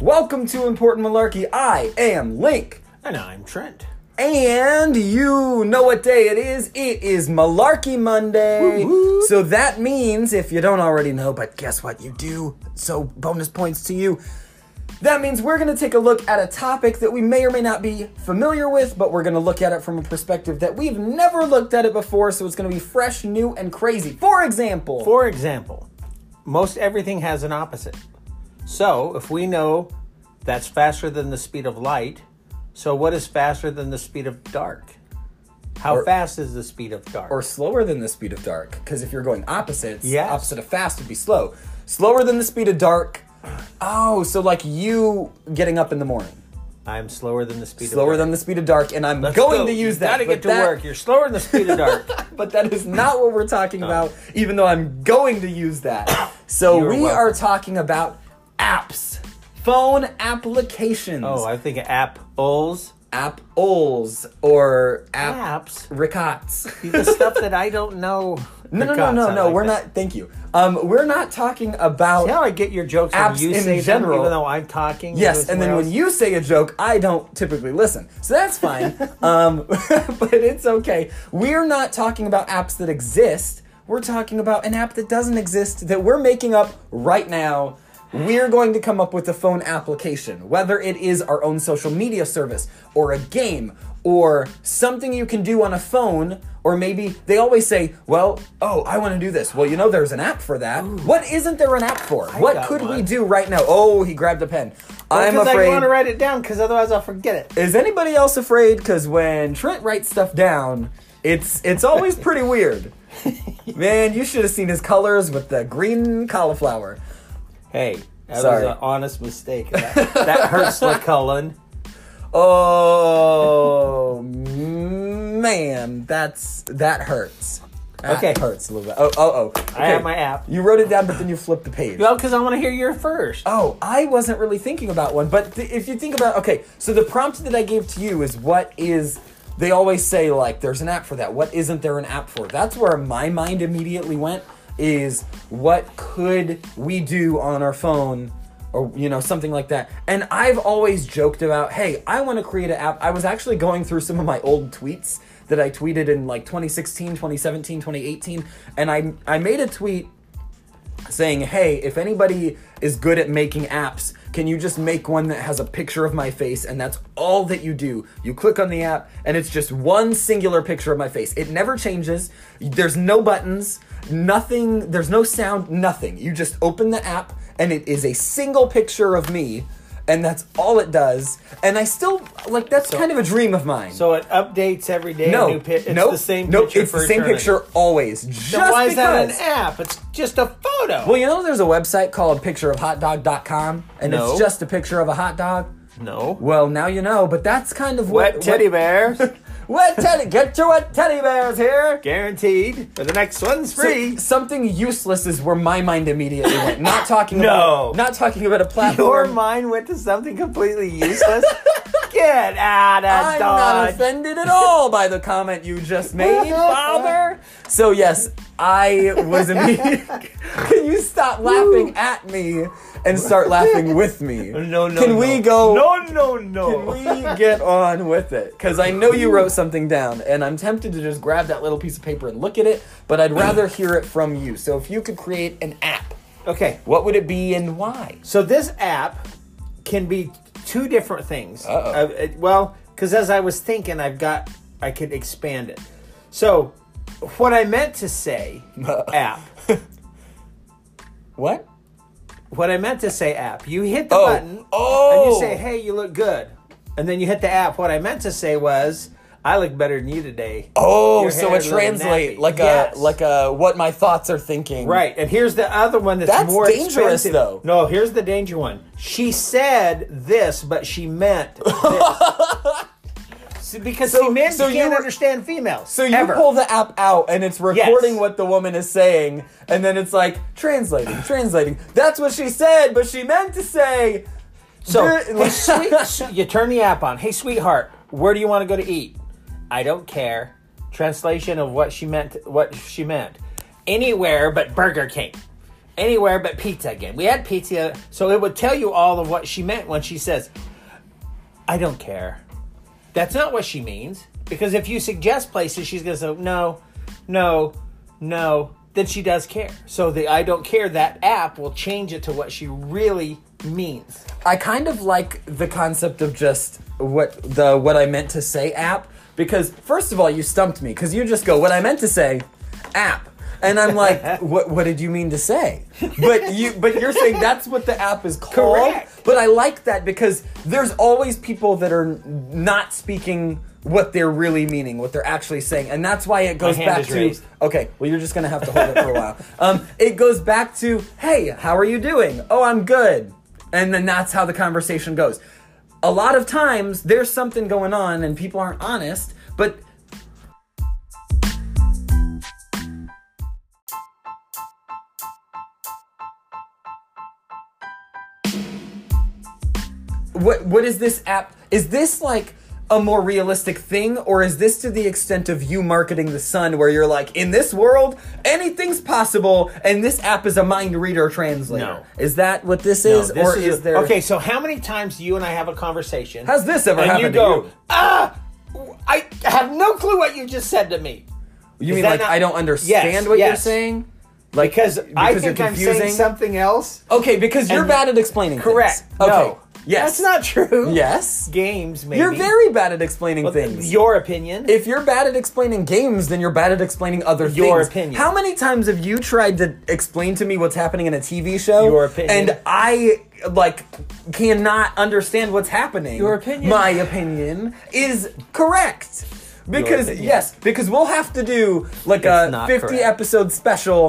Welcome to Important Malarkey. I am Link. And I'm Trent. And you know what day it is. It is Malarkey Monday. So that means, if you don't already know, but guess what? You do. So bonus points to you. That means we're going to take a look at a topic that we may or may not be familiar with, but we're going to look at it from a perspective that we've never looked at it before, so it's going to be fresh, new, and crazy. For example, For example, most everything has an opposite. So if we know that's faster than the speed of light, so what is faster than the speed of dark? How Or- fast is the speed of dark? or slower than the speed of dark, because if you're going opposites, Yes. opposite of fast would be slow. Slower than the speed of dark. Oh, so like you getting up in the morning. I'm slower than the speed Slower of dark. than the speed of dark, and I'm going Go. to use that. You gotta but get to that- work. You're slower than the speed of dark. but that is not what we're talking about, even though I'm going to use that. So You're we welcome. are talking about apps, phone applications, oh, I think apples. apples, or app Apps. ricots. the stuff that I don't know. No, no, no, no, no. we're not. Thank you. Um, we're not talking about. Now I get your jokes Apps when you in say them, general. even though I'm talking. Yes, and then when you say a joke, I don't typically listen. So that's fine. um, but it's okay. We're not talking about apps that exist. We're talking about an app that doesn't exist that we're making up right now. We're going to come up with a phone application, whether it is our own social media service or a game or something you can do on a phone. Or maybe they always say, well, oh, I want to do this. Well, you know, there's an app for that. What isn't there an app for? what got could we one. Oh, do? do right now. Oh, he grabbed a pen. I'm Because I want afraid. to write it down, because otherwise I'll forget it. Is anybody else afraid? Because when Trent writes stuff down, it's it's always pretty weird. Man, you should have seen his colors with the green cauliflower. Hey, that Sorry. was an honest mistake. That, that hurts McCullen. Oh man, that's that hurts. That Okay. hurts a little bit. Oh oh oh. I have Okay. my app. You wrote it down, but then you flipped the page. Well, because I want to hear your first. Oh, I wasn't really thinking about one, but th- if you think about okay, so the prompt that I gave to you is what is they always say like there's an app for that. What isn't there an app for? That's where my mind immediately went is what could we do on our phone or you know something like that. And I've always joked about, "Hey, I want to create an app." I was actually going through some of my old tweets that I tweeted in like 2016, 2017, 2018, and I I made a tweet saying, "Hey, if anybody is good at making apps, can you just make one that has a picture of my face and that's all that you do? You click on the app and it's just one singular picture of my face. It never changes. There's no buttons, nothing, there's no sound, nothing. You just open the app and it is a single picture of me." And that's all it does. And I still like that's kind of a dream of mine. So it updates every day. no, a new pi- it's nope, the same nope, picture. it's for the same eternity. picture always. Just Then why is that because. an app? It's just a photo. Well, you know, there's a website called pictureofhotdog.com, and No. it's just a picture of a hot dog. no. Well, now you know, but that's kind of Wet what, teddy what, bears, Wet teddy, get your wet teddy bears here. guaranteed. But the next one's free. So- something useless is where my mind immediately went. Not talking No. about, not talking about a Your platform. mind went to something completely useless. Get out of I'm not Dodge. offended at all by the comment you just made, father. So yes, I was immediately. Can you stop laughing at me and start laughing with me? No, no. Can no. we go? No, no, no. Can we get on with it? Because I know you wrote something down, and I'm tempted to just grab that little piece of paper and look at it, but I'd rather hear it from you. So if you could create an app, Okay. what would it be and why? So this app can be two different things. Uh-oh. Uh, it- well, because as I was thinking, I've got I could expand it. So what I meant to say, app. What? What I meant to say, app. You hit the Oh. button Oh. and you say, "Hey, you look good," and then you hit the app. What I meant to say was, "I look better than you today." Oh, Your so hair it looking translate nappy. like Yes. a like a what my thoughts are thinking. Right, and here's the other one that's, That's more dangerous, expensive. though. No, here's the danger one. She said this, but she meant this. See, because see, men so you can't were- understand females. So you ever. pull the app out and it's recording what the woman is saying, and then it's like translating, translating. That's what she said, but she meant to say. So You're- hey, sweet, su- you turn the app on. Hey, sweetheart, where do you want to go to eat? I don't care. Translation of what she meant. What she meant. Anywhere but Burger King. anywhere but pizza again. We had pizza, so it would tell you all of what she meant when she says, I don't care. That's not what she means. Because if you suggest places, she's going to say, no, no, no, then she does care. So the I don't care, that app will change it to what she really means. I kind of like the concept of just what the what I meant to say app because first of all you stumped me because you just go what I meant to say app and I'm like what what did you mean to say but you but you're saying that's what the app is called Correct. but I like that because there's always people that are n- not speaking what they're really meaning what they're actually saying and that's why it goes hand back is to raised. Okay, well, you're just gonna have to hold it for a while. Um, it goes back to, hey, how are you doing? Oh, I'm good. And then that's how the conversation goes. A lot of times, there's something going on and people aren't honest, but what what is this app is this like a more realistic thing or is this to the extent of you marketing the sun where you're like in this world anything's possible and this app is a mind reader translator No. is that what this No, is this or is, a- there Okay, so how many times do you and I have a conversation? Has this ever and happened you to go, you? Ah I have no clue what you just said to me. you is mean that like not- i don't understand Yes, what you're yes. saying like Because, I think I'm saying something else. okay because you're and- bad at explaining things. Correct. okay No. yes That's not true. yes Games, maybe. you're very bad at explaining things Your opinion. if you're bad at explaining games, then you're bad at explaining other Your things. opinion. How many times have you tried to explain to me what's happening in a TV show? Your opinion. And I like cannot understand what's happening. Your opinion. My opinion is correct. Because opinion. yes, because we'll have to do like a It's not 50 correct. episode special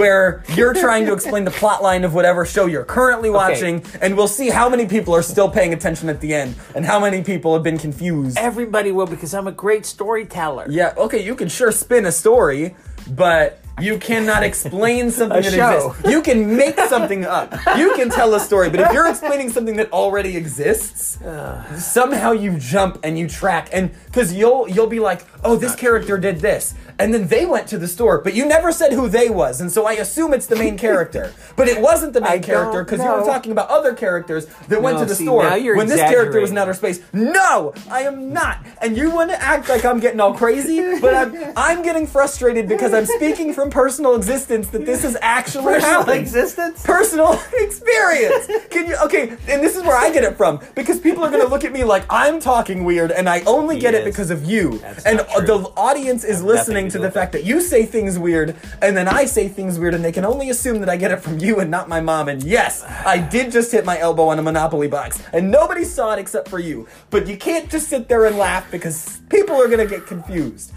where you're trying to explain the plot line of whatever show you're currently watching and we'll see how many people are still paying attention at the end and how many people have been confused. Everybody will because I'm a great storyteller. Yeah, okay, you can sure spin a story, but you cannot explain something A that show. exists. You can make something up. You can tell a story, but if you're explaining something that already exists, somehow you jump and you track and cuz you'll you'll be like, "Oh, this character did this." And then they went to the store, but you never said who they was, and so I assume it's the main character. But it wasn't the main don't character because you were know. talking about other characters that went No, to the see, store now you're when this character was in exaggerating. outer space. No, I am not. And you want to act like I'm getting all crazy, but I'm I'm getting frustrated because I'm speaking from personal existence that this is actually Personal happening. existence? Personal experience. Can you? Okay, and this is where I get it from because people are gonna look at me like I'm talking weird, and I only get it is. because of you. That's and not true. the audience is listening to to do the with it. fact that you say things weird, and then I say things weird, and they can only assume that I get it from you and not my mom. And yes, I did just hit my elbow on a Monopoly box, and nobody saw it except for you. But you can't just sit there and laugh because people are gonna get confused.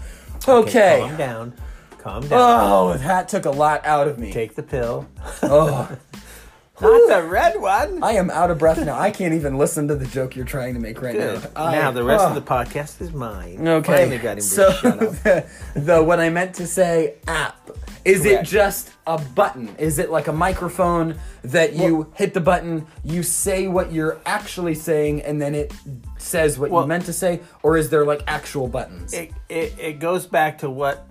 Okay. Calm down. Calm down. Oh, that took a lot out of me. Take the pill. Oh, Not the red one. I am out of breath now. I can't even listen to the joke you're trying to make right Good. now. I- now the rest oh. of the podcast is mine. Okay. Finally got him to so shut up. The, the what I meant to say app is Correct. it just a button? Is it like a microphone that you hit the button, you say what you're actually saying, and then it says what Well- you meant to say, or is there like actual buttons? It, it, it goes back to what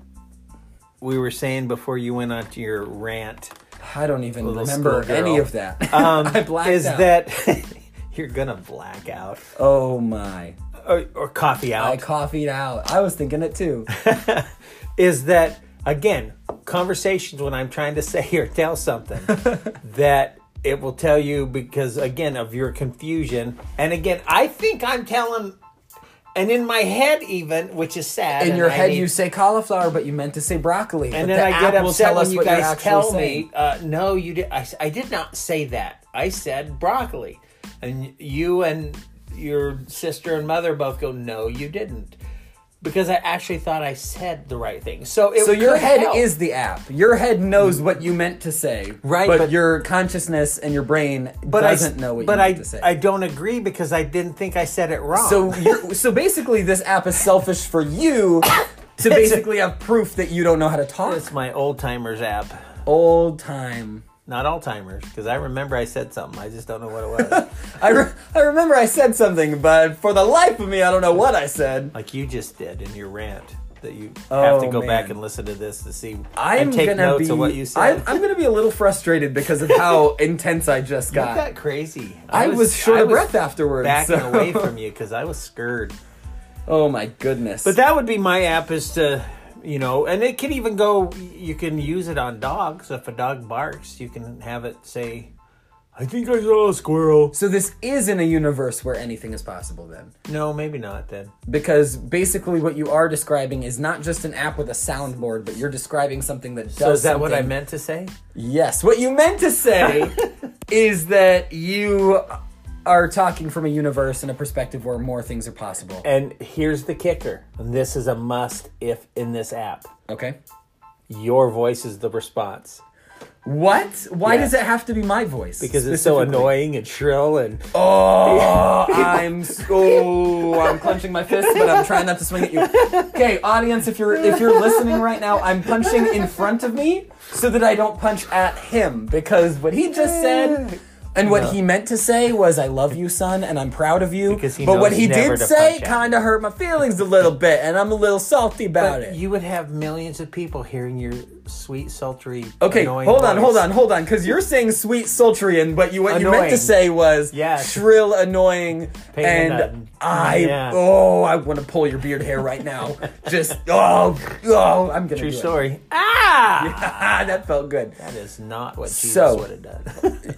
we were saying before you went on to your rant. I don't even Little remember schoolgirl. any of that. Um, I blacked is out. that you're gonna black out Oh my! or, or coffee out? I coffeeed out. I was thinking it too. is that again conversations when i'm trying to say or tell something that it will tell you because again of your confusion and again i think i'm telling and in my head even which is sad In and your I head, need- you say cauliflower, but you meant to say broccoli. and but then the i get app will upset tell when us you what you're guys actually tell saying. me uh, no you did I, s- I did not say that i said broccoli and you and your sister and mother both go no you didn't because i actually thought i said the right thing so it So your could head help. is the app. Your head knows what you meant to say, Right, But, but- your consciousness and your brain but doesn't I, know what but you meant I, to say. I don't agree because I didn't think I said it wrong. so you're, so basically, this app is selfish for you to basically have proof that you don't know how to talk. it's my old timers app, Old time. not all timers, because I remember I said something. I just don't know what it was. I, re- I remember I said something, but for the life of me, I don't know what I said. like you just did in your rant. that you have to Oh, go back man. and listen to this to see I'm and take gonna notes be, of what you I'm, said. I'm gonna be a little frustrated because of how intense I just You got. got crazy. I was short I of was breath afterwards. Backing so- away from you because I was scared. Oh my goodness! But that would be my app is to, you know, and it can even go, you can use it on dogs. If a dog barks, you can have it say, I think I saw a squirrel. so this is in a universe where anything is possible then, No, maybe not then. because basically what you are describing is not just an app with a soundboard, but you're describing something that does. So is that what I something- meant to say? Yes. What you meant to say is that you are talking from a universe and a perspective where more things are possible. And here's the kicker. And this is a must if in this app. Okay. Your voice is the response. What? Why Yes. does it have to be my voice? Because it's so specifically? annoying and shrill and Oh, I'm so I'm clenching my fist, but I'm trying not to swing at you. Okay, audience, if you're if you're listening right now, I'm punching in front of me so that I don't punch at him because what he just said and what he meant to say was "I love you, son," and I'm proud of you. Because he but what knows he never did to say punch at kind of hurt my feelings a little bit, and I'm a little salty about it. you would have millions of people hearing your sweet, sultry. Okay, annoying hold on, voice. hold on, hold on, because you're saying sweet, sultry, and what you what you meant to Annoying. say was Yes. shrill, annoying, Pain in the and nut. I Yeah. oh I want to pull your beard hair right now. Just oh oh I'm gonna True do it. story. Ah! that felt good. That is not what Jesus So- would have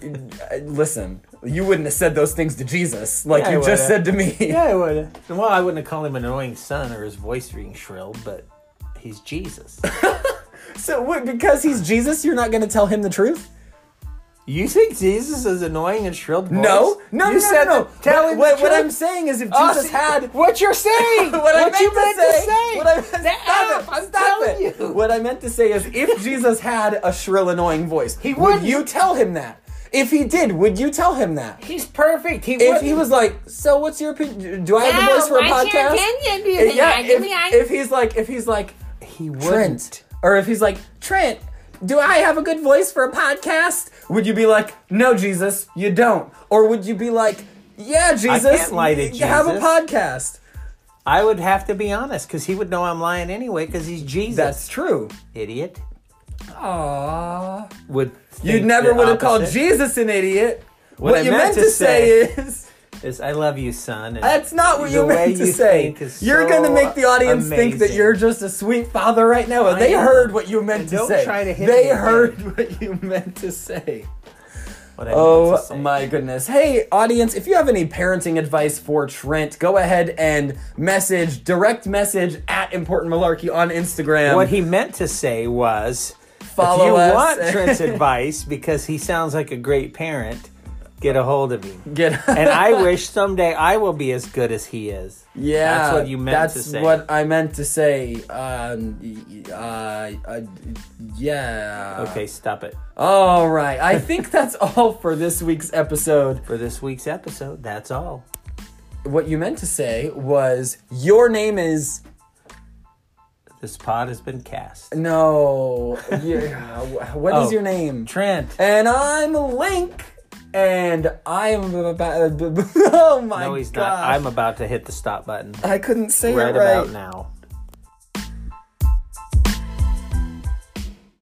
done. Uh, Listen, you wouldn't have said those things to Jesus like Yeah, I you just said would've. to me. yeah, I would have. Well, I wouldn't have called him an annoying son or his voice being shrill, but he's Jesus. So what, because he's Jesus, you're not gonna tell him the truth? you think Jesus is annoying and shrill? Voice? No, no, you no, said no, no. to Tell What- him what, the what truth. I'm saying is, if Oh, Jesus see, had what you're saying. what I meant, you to, meant say, to say. What I meant, stop The app, it. I'm stop telling it. you. What I meant to say is, if Jesus had a shrill, annoying voice, he would wouldn't. you tell him that? If he did, would you tell him that? He's perfect. He If he wouldn't. was like, so what's your opinion? Do I have the Wow, voice for a what's your podcast? Eh, opinion? Do you think yeah, I do if, me? I- if he's like, if he's like, he wouldn't. Trent, or if he's like, Trent, do I have a good voice for a podcast? Would you be like, no, Jesus, you don't? Or would you be like, yeah, Jesus, lie to y- you have a Jesus." podcast? I would have to be honest because he would know I'm lying anyway because he's Jesus. That's true. idiot. Aww. Would You think never the would have called opposite Jesus an idiot. What, I you meant meant to to say is is, "I love you, son." and that's not what the you way meant to you say. think is You're so gonna make the audience think that amazing." you're just a sweet father right now, and I they am. heard what you meant And to don't say. try to hit they me again. heard what you meant to say. What I meant to Oh say. my goodness. Hey, audience, if you have any parenting advice for Trent, go ahead and message, direct message at Important Malarkey on Instagram. What he meant to say was, Follow if you us. want Trent's advice because he sounds like a great parent, get a hold of him. Get and I wish someday I will be as good as he is. Yeah, that's what you meant that's to say. what I meant to say. Um, y- y- uh, uh, yeah. Okay, stop it. All right. I think that's all for this week's episode. For this week's episode, that's all. What you meant to say was your name is This pod has been cast. no. Yeah. wh- What is Oh. your name? Trent. And I'm Link. And I'm about. Oh my No, he's gosh. not. I'm about to hit the stop button I couldn't say right it right. about now.